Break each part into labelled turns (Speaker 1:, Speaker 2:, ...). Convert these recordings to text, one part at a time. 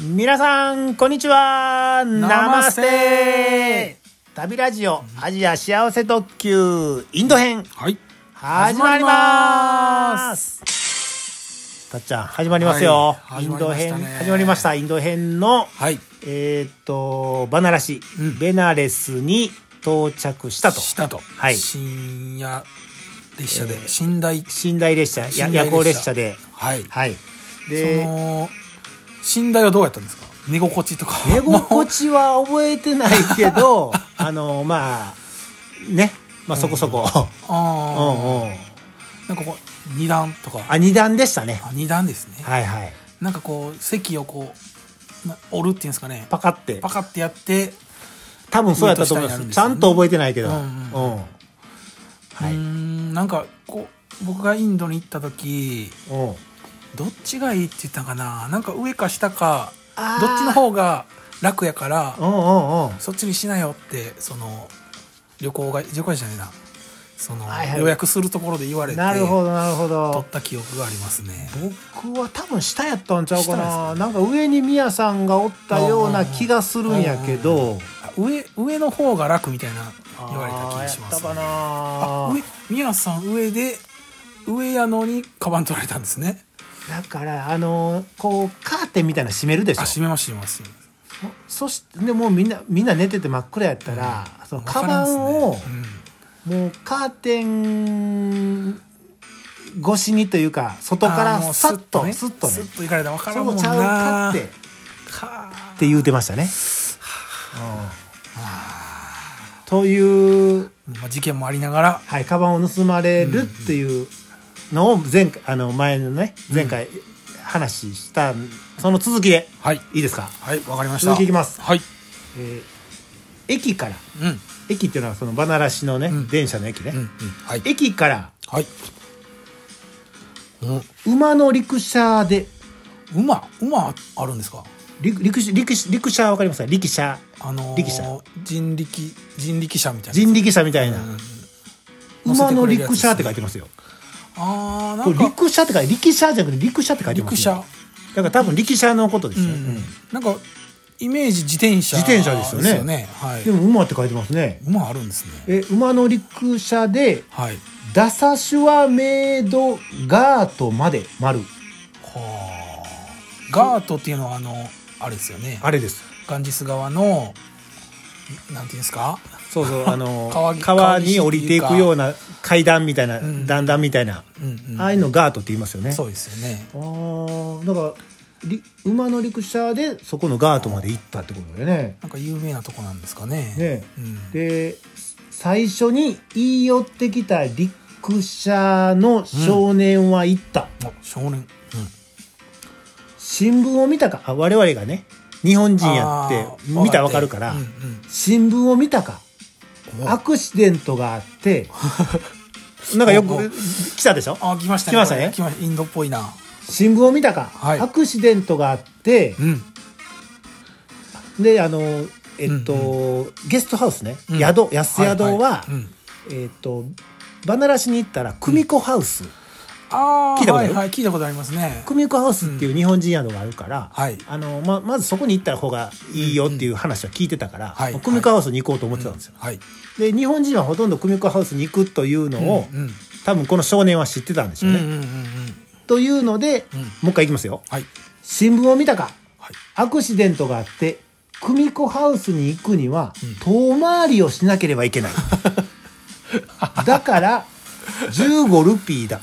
Speaker 1: 皆さんこんにちはナ
Speaker 2: ナ
Speaker 1: マ
Speaker 2: マ
Speaker 1: ス
Speaker 2: ス
Speaker 1: テ
Speaker 2: テ
Speaker 1: 旅ラジオアジア幸せ特急インド編
Speaker 2: はい。
Speaker 1: 始まりますたっちゃん始まりますよ、
Speaker 2: はい
Speaker 1: インド編
Speaker 2: 始まりましたね
Speaker 1: 始まりましたインド編の、
Speaker 2: はい。
Speaker 1: えーっとバナラシ、
Speaker 2: うん
Speaker 1: ベナレスに到着したと
Speaker 2: したと。
Speaker 1: はい
Speaker 2: 深夜列車で、
Speaker 1: えー
Speaker 2: 寝台。
Speaker 1: 寝台列車や
Speaker 2: 寝台
Speaker 1: 夜行列車で
Speaker 2: はい。
Speaker 1: はい
Speaker 2: その、寝台はどうやったんですか寝心地とか。
Speaker 1: 寝心地は覚えてないけ どあのまあねまあそこそこ、うん、
Speaker 2: あ
Speaker 1: うん
Speaker 2: あ。なんかこう、二段とか。
Speaker 1: あ二段でしたね
Speaker 2: あ二段ですね。
Speaker 1: はいはい
Speaker 2: なんかこう、席をこう、な折るっていうんですかね。
Speaker 1: パカって
Speaker 2: パカってやって、
Speaker 1: 多分そうやったと思います
Speaker 2: 上と下になるんで
Speaker 1: ち
Speaker 2: すよ
Speaker 1: ゃ
Speaker 2: ね
Speaker 1: んと覚えてないけどう
Speaker 2: うんんうん
Speaker 1: はいう
Speaker 2: ー
Speaker 1: うん
Speaker 2: ん、なんかこう、僕がインドに行った時、どっちがいいって言ったんかななんか上か下か
Speaker 1: あー
Speaker 2: どっちの方が楽やから
Speaker 1: うんうんうん
Speaker 2: そっちにしなよってその旅行が旅行じゃないなその、
Speaker 1: はいはい
Speaker 2: 予約するところで言われて
Speaker 1: なるほどなるほ
Speaker 2: 取
Speaker 1: ど
Speaker 2: った記憶がありますね
Speaker 1: 僕は多分下やったんちゃうか
Speaker 2: 下です
Speaker 1: な
Speaker 2: か
Speaker 1: なんか上にミヤさんがおったような気がするんやけ
Speaker 2: うん
Speaker 1: ど
Speaker 2: あ上上の方が楽みたいな
Speaker 1: あー
Speaker 2: 言われた気がします、
Speaker 1: やったかな
Speaker 2: あ上宮さん上で上やのにカバン取られたんですね
Speaker 1: だからあのこうカーテンみたいなの閉めるでし
Speaker 2: あ
Speaker 1: ょ
Speaker 2: 閉めます閉めます
Speaker 1: そしてでもうみんなみんな寝てて真っ暗やったら、その
Speaker 2: わ
Speaker 1: カ
Speaker 2: か
Speaker 1: バ
Speaker 2: らんっすね
Speaker 1: ンを、
Speaker 2: うん
Speaker 1: もうカーテン越しにというか外か
Speaker 2: あーも
Speaker 1: ら
Speaker 2: う
Speaker 1: さっと
Speaker 2: ね
Speaker 1: スッとね
Speaker 2: スッと行かれたら分からん
Speaker 1: そ
Speaker 2: も
Speaker 1: うんちゃうか
Speaker 2: な
Speaker 1: ってっ
Speaker 2: かー
Speaker 1: て言うてましたね。うんという、
Speaker 2: まあ、事件もありながら
Speaker 1: はい、カバンを盗まれるっていうのを前回あの前のね前回話したその続きで
Speaker 2: はい
Speaker 1: いいですか、
Speaker 2: はいわかりました
Speaker 1: 続きいきます
Speaker 2: はい
Speaker 1: えー駅から
Speaker 2: うんうん
Speaker 1: 駅っていうのはそのバナラシのね、
Speaker 2: うん
Speaker 1: 電車の駅ね、
Speaker 2: うんはい
Speaker 1: 駅から
Speaker 2: はいうん
Speaker 1: 馬の陸車で
Speaker 2: 馬馬あるんですか
Speaker 1: 陸陸陸陸車わかりますか力車
Speaker 2: あのー、
Speaker 1: 力車
Speaker 2: 人力人力車みたいな
Speaker 1: 人力車みたいな、
Speaker 2: うん
Speaker 1: 馬の陸車って書いてますよ
Speaker 2: あーな
Speaker 1: こ
Speaker 2: ん
Speaker 1: れ
Speaker 2: か
Speaker 1: 陸車って書いて力車じゃなくて陸車って書いてます、
Speaker 2: 陸
Speaker 1: ね、
Speaker 2: 車
Speaker 1: だから多分力車のことで
Speaker 2: う
Speaker 1: す
Speaker 2: ん、
Speaker 1: よ、うん
Speaker 2: なんかイメージ自転車
Speaker 1: 自転車ですよね
Speaker 2: はい
Speaker 1: でも馬って書いてますね
Speaker 2: 馬あるんですね
Speaker 1: え馬の陸車で
Speaker 2: はい
Speaker 1: ダサシュワメイドガートまで丸
Speaker 2: はあガートっていうのはあのあれですよね
Speaker 1: あれです
Speaker 2: ガンジス川のなんていうんですか
Speaker 1: そう そうあの川
Speaker 2: 川
Speaker 1: に降りていくような階段みたいな、
Speaker 2: うん
Speaker 1: 段々みたいな、
Speaker 2: うんうん
Speaker 1: ああいうのガートって言いますよね
Speaker 2: そうですよね
Speaker 1: あーだからり馬の陸車でそこのガートまで行ったってことだよね。
Speaker 2: なんか有名なとこなんですかね
Speaker 1: ね
Speaker 2: うん、
Speaker 1: で最初に言い寄ってきた陸車の少年は言った、
Speaker 2: あ少年、
Speaker 1: 新聞を見たかあ我々がね日本人やって
Speaker 2: あー
Speaker 1: 見たらわかるから、
Speaker 2: うんうん
Speaker 1: 新聞を見たかアクシデントがあって なんかよ
Speaker 2: おうお
Speaker 1: く
Speaker 2: う
Speaker 1: 来たでしょ
Speaker 2: あ来ましたね
Speaker 1: 来ましたね
Speaker 2: これ来ましたインドっぽいな
Speaker 1: 新聞を見たか、
Speaker 2: はい
Speaker 1: アクシデントがあって
Speaker 2: う、ん
Speaker 1: であのえっと、ゲストハウスね、
Speaker 2: うん
Speaker 1: 宿安宿は、
Speaker 2: いいうん
Speaker 1: えっとバナラシに行ったら久美子ハウス、
Speaker 2: ああ
Speaker 1: 聞いたことある
Speaker 2: はいはい、聞いたことありますね
Speaker 1: 久美子ハウスっていう日本人宿があるから、
Speaker 2: はい
Speaker 1: あのままずそこに行った方がいいよっていう話は聞いてたから、
Speaker 2: はい
Speaker 1: 久美子ハウスに行こうと思ってたんですよ、
Speaker 2: はい
Speaker 1: で日本人はほとんど久美子ハウスに行くというのを、
Speaker 2: うんうん
Speaker 1: 多分この少年は知ってたんでしょうね、
Speaker 2: うんうんうんうん
Speaker 1: というので、
Speaker 2: うん
Speaker 1: もう一回いきますよ
Speaker 2: はい
Speaker 1: 新聞を見たか
Speaker 2: はい
Speaker 1: アクシデントがあって久美子ハウスに行くには
Speaker 2: うん
Speaker 1: 遠回りをしなければいけない だから15ルピーだ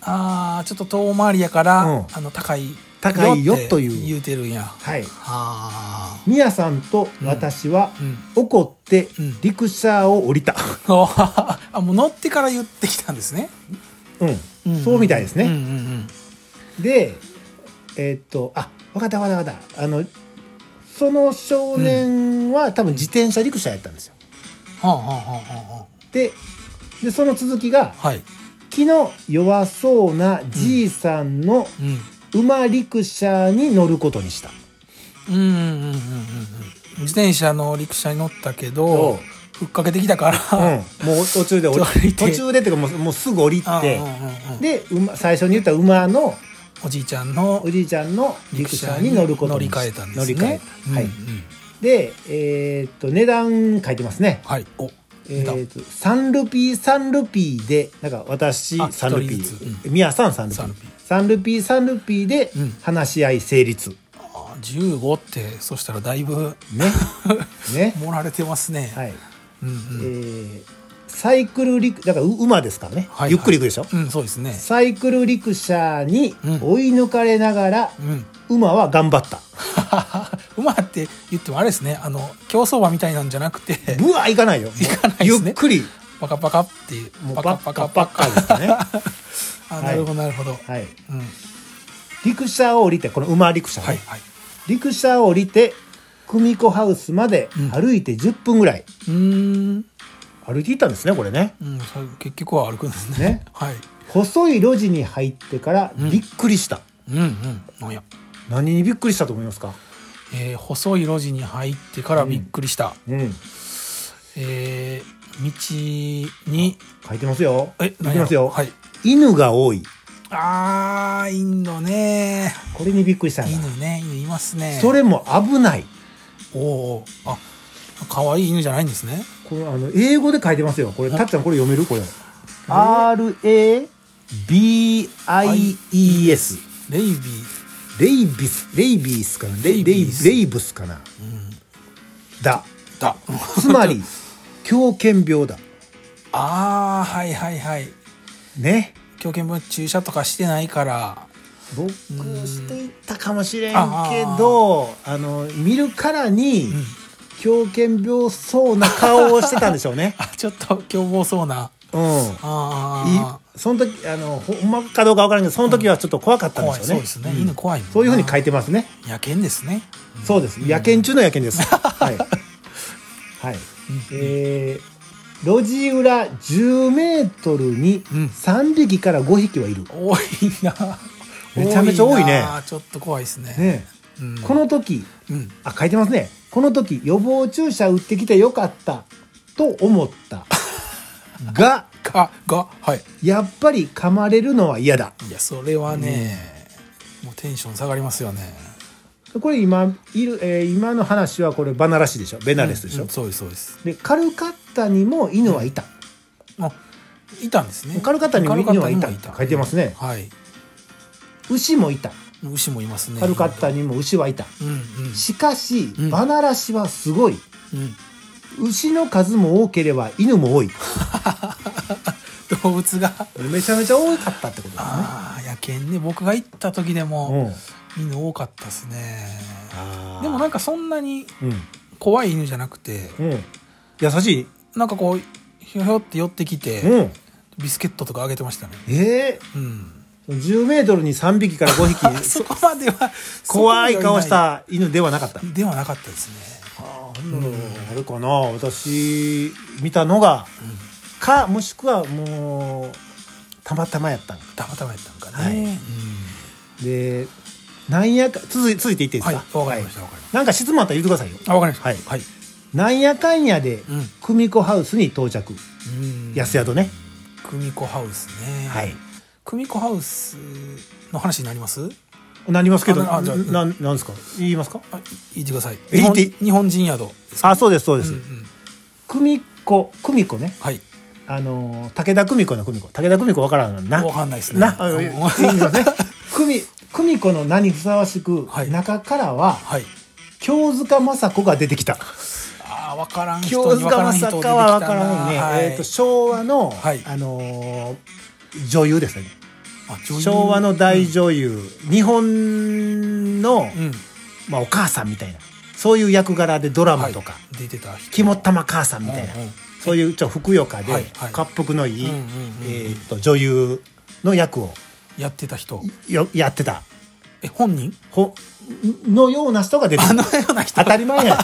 Speaker 2: ああちょっと遠回りやから、
Speaker 1: うん
Speaker 2: あの高い
Speaker 1: 高いよ
Speaker 2: って
Speaker 1: という
Speaker 2: 言うてるんやは
Speaker 1: はい
Speaker 2: あ
Speaker 1: ミヤさんと私は
Speaker 2: うん
Speaker 1: 怒って
Speaker 2: うん
Speaker 1: 陸車を降りた
Speaker 2: おー あもう乗ってから言ってきたんですね
Speaker 1: うん、そうみたいですね、
Speaker 2: うんうんうん
Speaker 1: でえーっとあ分かった分かった分かったあのその少年は、多分自転車陸車やったんですよ
Speaker 2: はあはあはあは
Speaker 1: ででその続きが
Speaker 2: あはい
Speaker 1: 気の弱そうなじいさんの
Speaker 2: うん
Speaker 1: 馬陸車に乗ることにした、
Speaker 2: うんうんうんうんうんうん自転車の陸車に乗ったけ
Speaker 1: お
Speaker 2: ど
Speaker 1: う
Speaker 2: ふっかけてきたから、
Speaker 1: うんもう途中で降り
Speaker 2: ちょっと降りて
Speaker 1: 途中でっていうかもうもうすぐ降り
Speaker 2: ああ
Speaker 1: て
Speaker 2: うんうんうん
Speaker 1: で馬最初に言った馬の
Speaker 2: おじいちゃんの
Speaker 1: おじいちゃんのリクシャに乗ること
Speaker 2: 乗
Speaker 1: に
Speaker 2: り換えたんですね
Speaker 1: 乗り換えたはい
Speaker 2: うんうん
Speaker 1: でえーっと値段書いてますね
Speaker 2: はいお
Speaker 1: え
Speaker 2: 出た
Speaker 1: ーっと3ルピー3ルピーでなんか私
Speaker 2: あ
Speaker 1: 3ルピ
Speaker 2: 一人ずつ
Speaker 1: ー宮さん3ルピー3ルピー3ルピーで
Speaker 2: うん
Speaker 1: 話し合い成立
Speaker 2: あ15ってそしたらだいぶ
Speaker 1: ねね
Speaker 2: 盛られてますね、
Speaker 1: はい
Speaker 2: うん
Speaker 1: え
Speaker 2: うん
Speaker 1: ーサイクルリクだからう馬ですからね
Speaker 2: はい
Speaker 1: ゆっくり行くでしょ
Speaker 2: うんそうですね
Speaker 1: サイクルリクシャに
Speaker 2: うん
Speaker 1: 追い抜かれながら
Speaker 2: うん
Speaker 1: 馬は頑張った
Speaker 2: 馬って言ってもあれですねあの競走馬みたいなんじゃなく て
Speaker 1: ブワー行かないよ
Speaker 2: 行かないですね
Speaker 1: ゆっくり
Speaker 2: パカパカっていう
Speaker 1: もうバ
Speaker 2: パカ
Speaker 1: ッ
Speaker 2: パ
Speaker 1: カ
Speaker 2: カ
Speaker 1: バ
Speaker 2: パ
Speaker 1: ッ
Speaker 2: カ
Speaker 1: カですね
Speaker 2: あなるほどなるほど、
Speaker 1: はい
Speaker 2: うん、
Speaker 1: 陸車を降りてこの馬陸車、
Speaker 2: はい
Speaker 1: ね
Speaker 2: はい
Speaker 1: 陸車を降りて組子ハウスまで
Speaker 2: うん
Speaker 1: 歩いて10分ぐらい、
Speaker 2: うーん、
Speaker 1: 歩いていったんですねこれね
Speaker 2: うん、それ結局は歩くんですね
Speaker 1: ね
Speaker 2: はい
Speaker 1: 細い路地に入ってから
Speaker 2: うん
Speaker 1: びっくりした、
Speaker 2: うんうんなんや、
Speaker 1: 何にびっくりしたと思いますか
Speaker 2: えー細い路地に入ってからびっくりした、
Speaker 1: うん
Speaker 2: えー道に
Speaker 1: 書いてますよ
Speaker 2: え
Speaker 1: いきますよ、
Speaker 2: はい
Speaker 1: 犬が多い
Speaker 2: あーインドね
Speaker 1: これにびっくりしたんだ
Speaker 2: 犬ね犬いますね
Speaker 1: それも危ない
Speaker 2: おおあ可愛い犬じゃないんですね
Speaker 1: このあの英語で書いてますよこれ
Speaker 2: あ
Speaker 1: たっちゃんこれ読めるこれ RABIES
Speaker 2: レイビー
Speaker 1: レイビスレイビースかなレイレ
Speaker 2: レイ
Speaker 1: イ
Speaker 2: ビス
Speaker 1: レイブスかな、だ
Speaker 2: だ
Speaker 1: つまり狂犬病だ
Speaker 2: あーはいはいはい
Speaker 1: ね
Speaker 2: 狂犬病注射とかしてないから
Speaker 1: 僕していったかもしれんけど
Speaker 2: あ
Speaker 1: あの見るからに
Speaker 2: ん
Speaker 1: 狂犬病そうな顔をしてたんでしょう ね
Speaker 2: あちょっと凶暴そうな
Speaker 1: うんい
Speaker 2: あ
Speaker 1: その時あのほんまかどうかわからんけどその時はちょっと怖かっ
Speaker 2: ー
Speaker 1: たんで
Speaker 2: 怖
Speaker 1: しょう
Speaker 2: い
Speaker 1: ね
Speaker 2: そうですね、
Speaker 1: ん
Speaker 2: 犬怖いもんな
Speaker 1: そういうふうに書いてますね
Speaker 2: 野犬ですね
Speaker 1: そうです。野犬中の野犬です。はい。はい。えー、路地裏10メートルに
Speaker 2: うん
Speaker 1: 3匹から5匹はいる。
Speaker 2: 多い な
Speaker 1: めちゃめちゃ多いね
Speaker 2: なちょっと怖いですね
Speaker 1: ね
Speaker 2: うん
Speaker 1: え、この時、
Speaker 2: うん
Speaker 1: あ、書いてますね。この時、予防注射打ってきてよかったと思 った。が、
Speaker 2: ががはい
Speaker 1: やっぱり噛まれるのは嫌だ。
Speaker 2: いやそれはね、もうテンション下がりますよね
Speaker 1: これ今、いる、えー今の話はこれバナラシでしょベナレスでしょ、
Speaker 2: うんうんそうですそうです
Speaker 1: で、カルカッタにも犬はいた。
Speaker 2: あいたんですね
Speaker 1: カルカッタにも
Speaker 2: カルカッタ
Speaker 1: 犬はいた書いてますね
Speaker 2: はい
Speaker 1: 牛もいた。
Speaker 2: 牛もいますね
Speaker 1: カルカッタにも牛はいた。
Speaker 2: うんうん
Speaker 1: しかし、
Speaker 2: うん
Speaker 1: バナラシはすごい。
Speaker 2: うん
Speaker 1: 牛の数も多ければ犬も多い。
Speaker 2: 動物が
Speaker 1: めちゃめちゃ多かったってことですね。
Speaker 2: ああ野犬ね僕が行った時で
Speaker 1: う
Speaker 2: も
Speaker 1: ん
Speaker 2: 犬多かったですね
Speaker 1: あー
Speaker 2: でもなんかそんなに
Speaker 1: う
Speaker 2: 怖い犬じゃなくて
Speaker 1: ん。うん。優しい。
Speaker 2: なんかこうひょひょって寄ってきて
Speaker 1: うん。
Speaker 2: ビスケットとかあげてましたね
Speaker 1: ええ
Speaker 2: うん
Speaker 1: 10メートルに3匹から5
Speaker 2: あ
Speaker 1: 匹、
Speaker 2: そこまでは
Speaker 1: 怖い顔し
Speaker 2: そこ
Speaker 1: た犬ではなかった。
Speaker 2: まではないではなかったですね
Speaker 1: ああ、あるかな。私、見たのが、か、もしくはもう、たまたまやったんか
Speaker 2: たまたまやったんかね、
Speaker 1: はい
Speaker 2: うん
Speaker 1: で、なんやか、続い続いていっていいで
Speaker 2: は
Speaker 1: す
Speaker 2: い
Speaker 1: か、
Speaker 2: わかりましたわかりまし
Speaker 1: なんか質問あったら言ってくださいよ。
Speaker 2: たあわかりました
Speaker 1: はい
Speaker 2: はい
Speaker 1: なんやかんやで、
Speaker 2: うん
Speaker 1: 久美子ハウスに到着。
Speaker 2: うん
Speaker 1: 安宿ね。
Speaker 2: 組子ハウスね
Speaker 1: はい。
Speaker 2: 組子ハウスの話になります
Speaker 1: なりますけど、
Speaker 2: あな
Speaker 1: な
Speaker 2: あじゃあ
Speaker 1: なんですか言いますか
Speaker 2: あい言ってください
Speaker 1: え
Speaker 2: 日本
Speaker 1: 言って
Speaker 2: 日本人宿ですか
Speaker 1: あ、そうです、そうです
Speaker 2: うんう。ん
Speaker 1: 久美子、久美子ね。
Speaker 2: はい
Speaker 1: あのー、武田久美子の久美子。武田久美子わからんな。
Speaker 2: わかんないですね
Speaker 1: な、あ
Speaker 2: う
Speaker 1: のい
Speaker 2: ん
Speaker 1: いですね。久美、久美子の名にふさわしく、
Speaker 2: はい
Speaker 1: 中からは、
Speaker 2: はい
Speaker 1: 京塚雅子が出てきた。
Speaker 2: ああわからん人
Speaker 1: 京
Speaker 2: に
Speaker 1: 塚
Speaker 2: わからん
Speaker 1: 雅
Speaker 2: 人
Speaker 1: 子はわ
Speaker 2: 出てきたな
Speaker 1: からんね。
Speaker 2: はい
Speaker 1: えっ、と、昭和の、
Speaker 2: はい
Speaker 1: あのー女優ですね。
Speaker 2: あ女優
Speaker 1: 昭和の大女優、日本の、
Speaker 2: うん
Speaker 1: まあ、お母さんみたいなそういう役柄でドラマとか、
Speaker 2: はい出てた人
Speaker 1: 肝っ玉母さんみたいな、
Speaker 2: うんうん
Speaker 1: そういうちょっとふくよかで、
Speaker 2: はいはい
Speaker 1: 恰幅のいい、
Speaker 2: うんうんうんうん
Speaker 1: えーっと女優の役を
Speaker 2: やってた人
Speaker 1: よやってた
Speaker 2: え本人
Speaker 1: ほのような人が出てき
Speaker 2: あの
Speaker 1: た
Speaker 2: ような人
Speaker 1: 当たり前や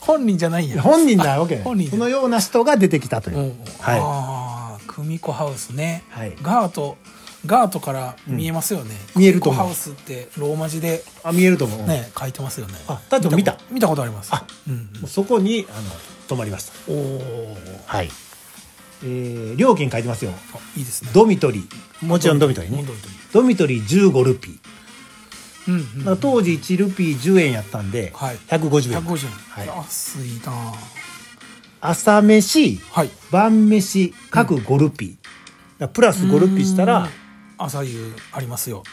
Speaker 2: 本人じゃないんや
Speaker 1: 本人なわけね
Speaker 2: 本人
Speaker 1: そのような人が出てきたという、
Speaker 2: うん
Speaker 1: はい
Speaker 2: ああ組子ハウスね、
Speaker 1: はい
Speaker 2: ガートガートから見えますよね、
Speaker 1: うん見えると思う
Speaker 2: 組子ハウスってローマ字で
Speaker 1: あ見えると思う、
Speaker 2: ね、書いてますよね
Speaker 1: あだって見た
Speaker 2: 見たことあります
Speaker 1: あ
Speaker 2: うん
Speaker 1: もうそこにあの泊まりました
Speaker 2: うん、おお
Speaker 1: はい、えー料金書いてますよ
Speaker 2: いいですね
Speaker 1: ドミトリーもちろんドミトリーね
Speaker 2: ドミトリ
Speaker 1: ドミトリー15ルピー
Speaker 2: うんうん
Speaker 1: だから当時1ルピー10円やったんで、
Speaker 2: はい
Speaker 1: 150円
Speaker 2: 150円、
Speaker 1: はい
Speaker 2: 安いなぁ
Speaker 1: 朝飯
Speaker 2: はい
Speaker 1: 晩飯各5ルピー、だからプラス5ルピーした
Speaker 2: うーん
Speaker 1: ら、
Speaker 2: 朝夕ありますよ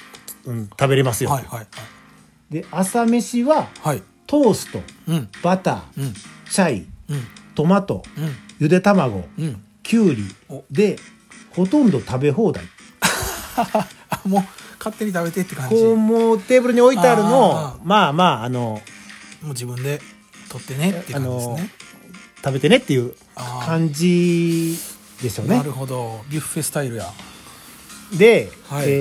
Speaker 1: うん、食べれますよ、
Speaker 2: はいはい
Speaker 1: で朝飯は
Speaker 2: はいはい
Speaker 1: トースト
Speaker 2: うん
Speaker 1: バター、
Speaker 2: うん
Speaker 1: チャイ
Speaker 2: うん
Speaker 1: トマト
Speaker 2: う
Speaker 1: ゆで卵
Speaker 2: んうん
Speaker 1: きゅうり
Speaker 2: お
Speaker 1: でほとんど食べ放題
Speaker 2: あもう勝手に食べてって感じ
Speaker 1: こう
Speaker 2: も
Speaker 1: もうテーブルに置いてあるのを
Speaker 2: あー
Speaker 1: まあまああの
Speaker 2: う自分で取ってねって
Speaker 1: あ
Speaker 2: 感じです
Speaker 1: の
Speaker 2: ね
Speaker 1: 食べてねっていう
Speaker 2: あー
Speaker 1: 感じですよね
Speaker 2: なるほどビュッフェスタイルや
Speaker 1: で、
Speaker 2: はい
Speaker 1: え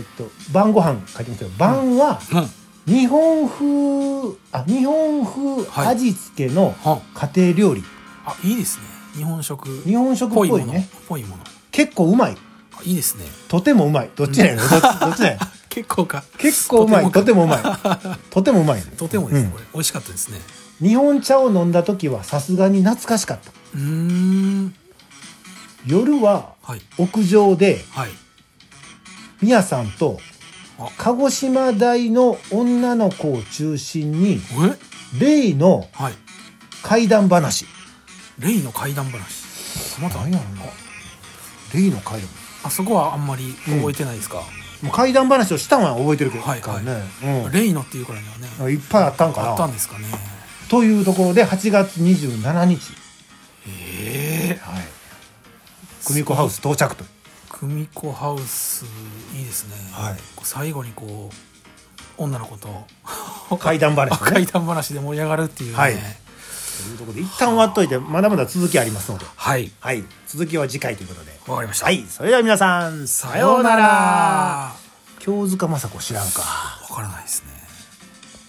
Speaker 1: ーっと晩ご飯書いてますよ晩は
Speaker 2: うんは
Speaker 1: 日本風あ日本風
Speaker 2: はい
Speaker 1: 味付けの
Speaker 2: あ
Speaker 1: 家庭料理、
Speaker 2: あいいですね日本食
Speaker 1: 日本食っぽい
Speaker 2: もの
Speaker 1: ね
Speaker 2: ぽいもの
Speaker 1: 結構うまい
Speaker 2: あいいですね
Speaker 1: とてもうまいどっち なんやろ、どっちどっちなんやろ
Speaker 2: 結構か
Speaker 1: 結構うまいと
Speaker 2: と
Speaker 1: て
Speaker 2: て
Speaker 1: も
Speaker 2: も
Speaker 1: うまいとてもうまい、
Speaker 2: とてもですね、
Speaker 1: うん
Speaker 2: これ美味しかったですね
Speaker 1: 日本茶を飲んだ時はさすがに懐かしかった
Speaker 2: うーん
Speaker 1: 夜は
Speaker 2: はい
Speaker 1: 屋上で
Speaker 2: はい
Speaker 1: みやさんと
Speaker 2: あ
Speaker 1: 鹿児島大の女の子を中心に
Speaker 2: え
Speaker 1: レイの
Speaker 2: はい
Speaker 1: 怪談話
Speaker 2: レイの怪談話また
Speaker 1: 何やろなレイの怪談
Speaker 2: あそこはあんまり覚えてないですか、
Speaker 1: もう怪談話をしたのは覚えてるけど、
Speaker 2: はい
Speaker 1: からね、うん
Speaker 2: レイのっていうからいにはね
Speaker 1: いっぱいあったんかな
Speaker 2: あったんですかね
Speaker 1: というところで8月27日、
Speaker 2: ええ
Speaker 1: はい、組子ハウス到着と
Speaker 2: 組子ハウスいいですね、
Speaker 1: はい
Speaker 2: こう最後にこう女の子と
Speaker 1: 怪談話、ね、
Speaker 2: 怪談話で盛り上がるっていうね
Speaker 1: はいというところで一旦終わっといてまだまだ続きありますので、
Speaker 2: はい
Speaker 1: はい、続きは次回ということで。
Speaker 2: わかりました、
Speaker 1: はい、それでは皆さん、さようなら。
Speaker 2: さよ
Speaker 1: 京塚雅子知らんか。
Speaker 2: うならわからないですね